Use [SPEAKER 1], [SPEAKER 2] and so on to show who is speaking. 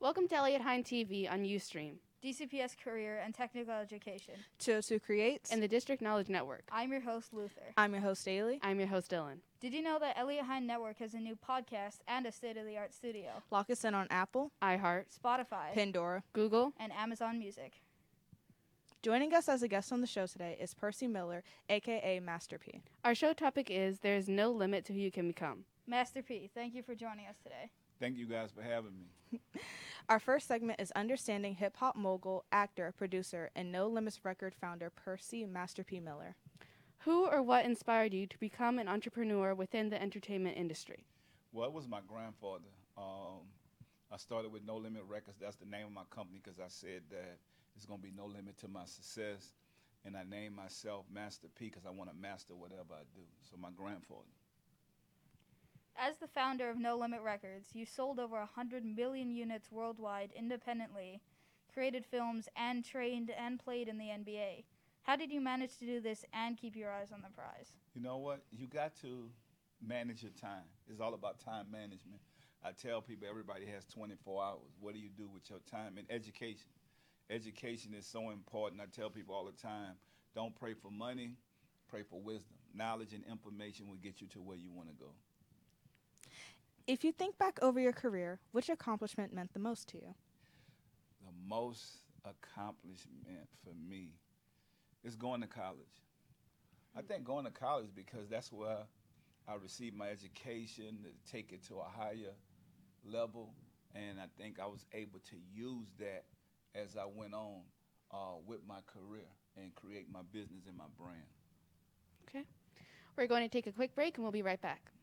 [SPEAKER 1] Welcome to Elliott Hine TV on Ustream
[SPEAKER 2] DCPS Career and Technical Education.
[SPEAKER 3] Chosu Creates.
[SPEAKER 1] and the District Knowledge Network.
[SPEAKER 2] I'm your host, Luther.
[SPEAKER 3] I'm your host, Ailey.
[SPEAKER 1] I'm your host, Dylan.
[SPEAKER 2] Did you know that Elliott Hine Network has a new podcast and a state of the art studio?
[SPEAKER 3] Lock us in on Apple,
[SPEAKER 1] iHeart,
[SPEAKER 2] Spotify
[SPEAKER 3] Pandora.
[SPEAKER 1] Google,
[SPEAKER 2] and Amazon Music.
[SPEAKER 3] Joining us as a guest on the show today is Percy Miller, aka Master P.
[SPEAKER 1] Our show topic is There is No Limit to Who You Can Become.
[SPEAKER 2] Master P, thank you for joining us today.
[SPEAKER 4] Thank you guys for having me.
[SPEAKER 3] Our first segment is understanding hip hop mogul, actor, producer, and No Limits record founder Percy Master P Miller.
[SPEAKER 1] Who or what inspired you to become an entrepreneur within the entertainment industry?
[SPEAKER 4] Well, it was my grandfather. Um, I started with No Limit Records. That's the name of my company because I said that there's going to be no limit to my success. And I named myself Master P because I want to master whatever I do. So my grandfather.
[SPEAKER 2] As the founder of No Limit Records, you sold over 100 million units worldwide independently, created films, and trained and played in the NBA. How did you manage to do this and keep your eyes on the prize?
[SPEAKER 4] You know what? You got to manage your time. It's all about time management. I tell people everybody has 24 hours. What do you do with your time? And education. Education is so important. I tell people all the time don't pray for money, pray for wisdom. Knowledge and information will get you to where you want to go.
[SPEAKER 3] If you think back over your career, which accomplishment meant the most to you?
[SPEAKER 4] the most accomplishment for me is going to college. I think going to college because that's where I received my education to take it to a higher level, and I think I was able to use that as I went on uh, with my career and create my business and my brand.
[SPEAKER 1] We're going to take a quick break and we'll be right back.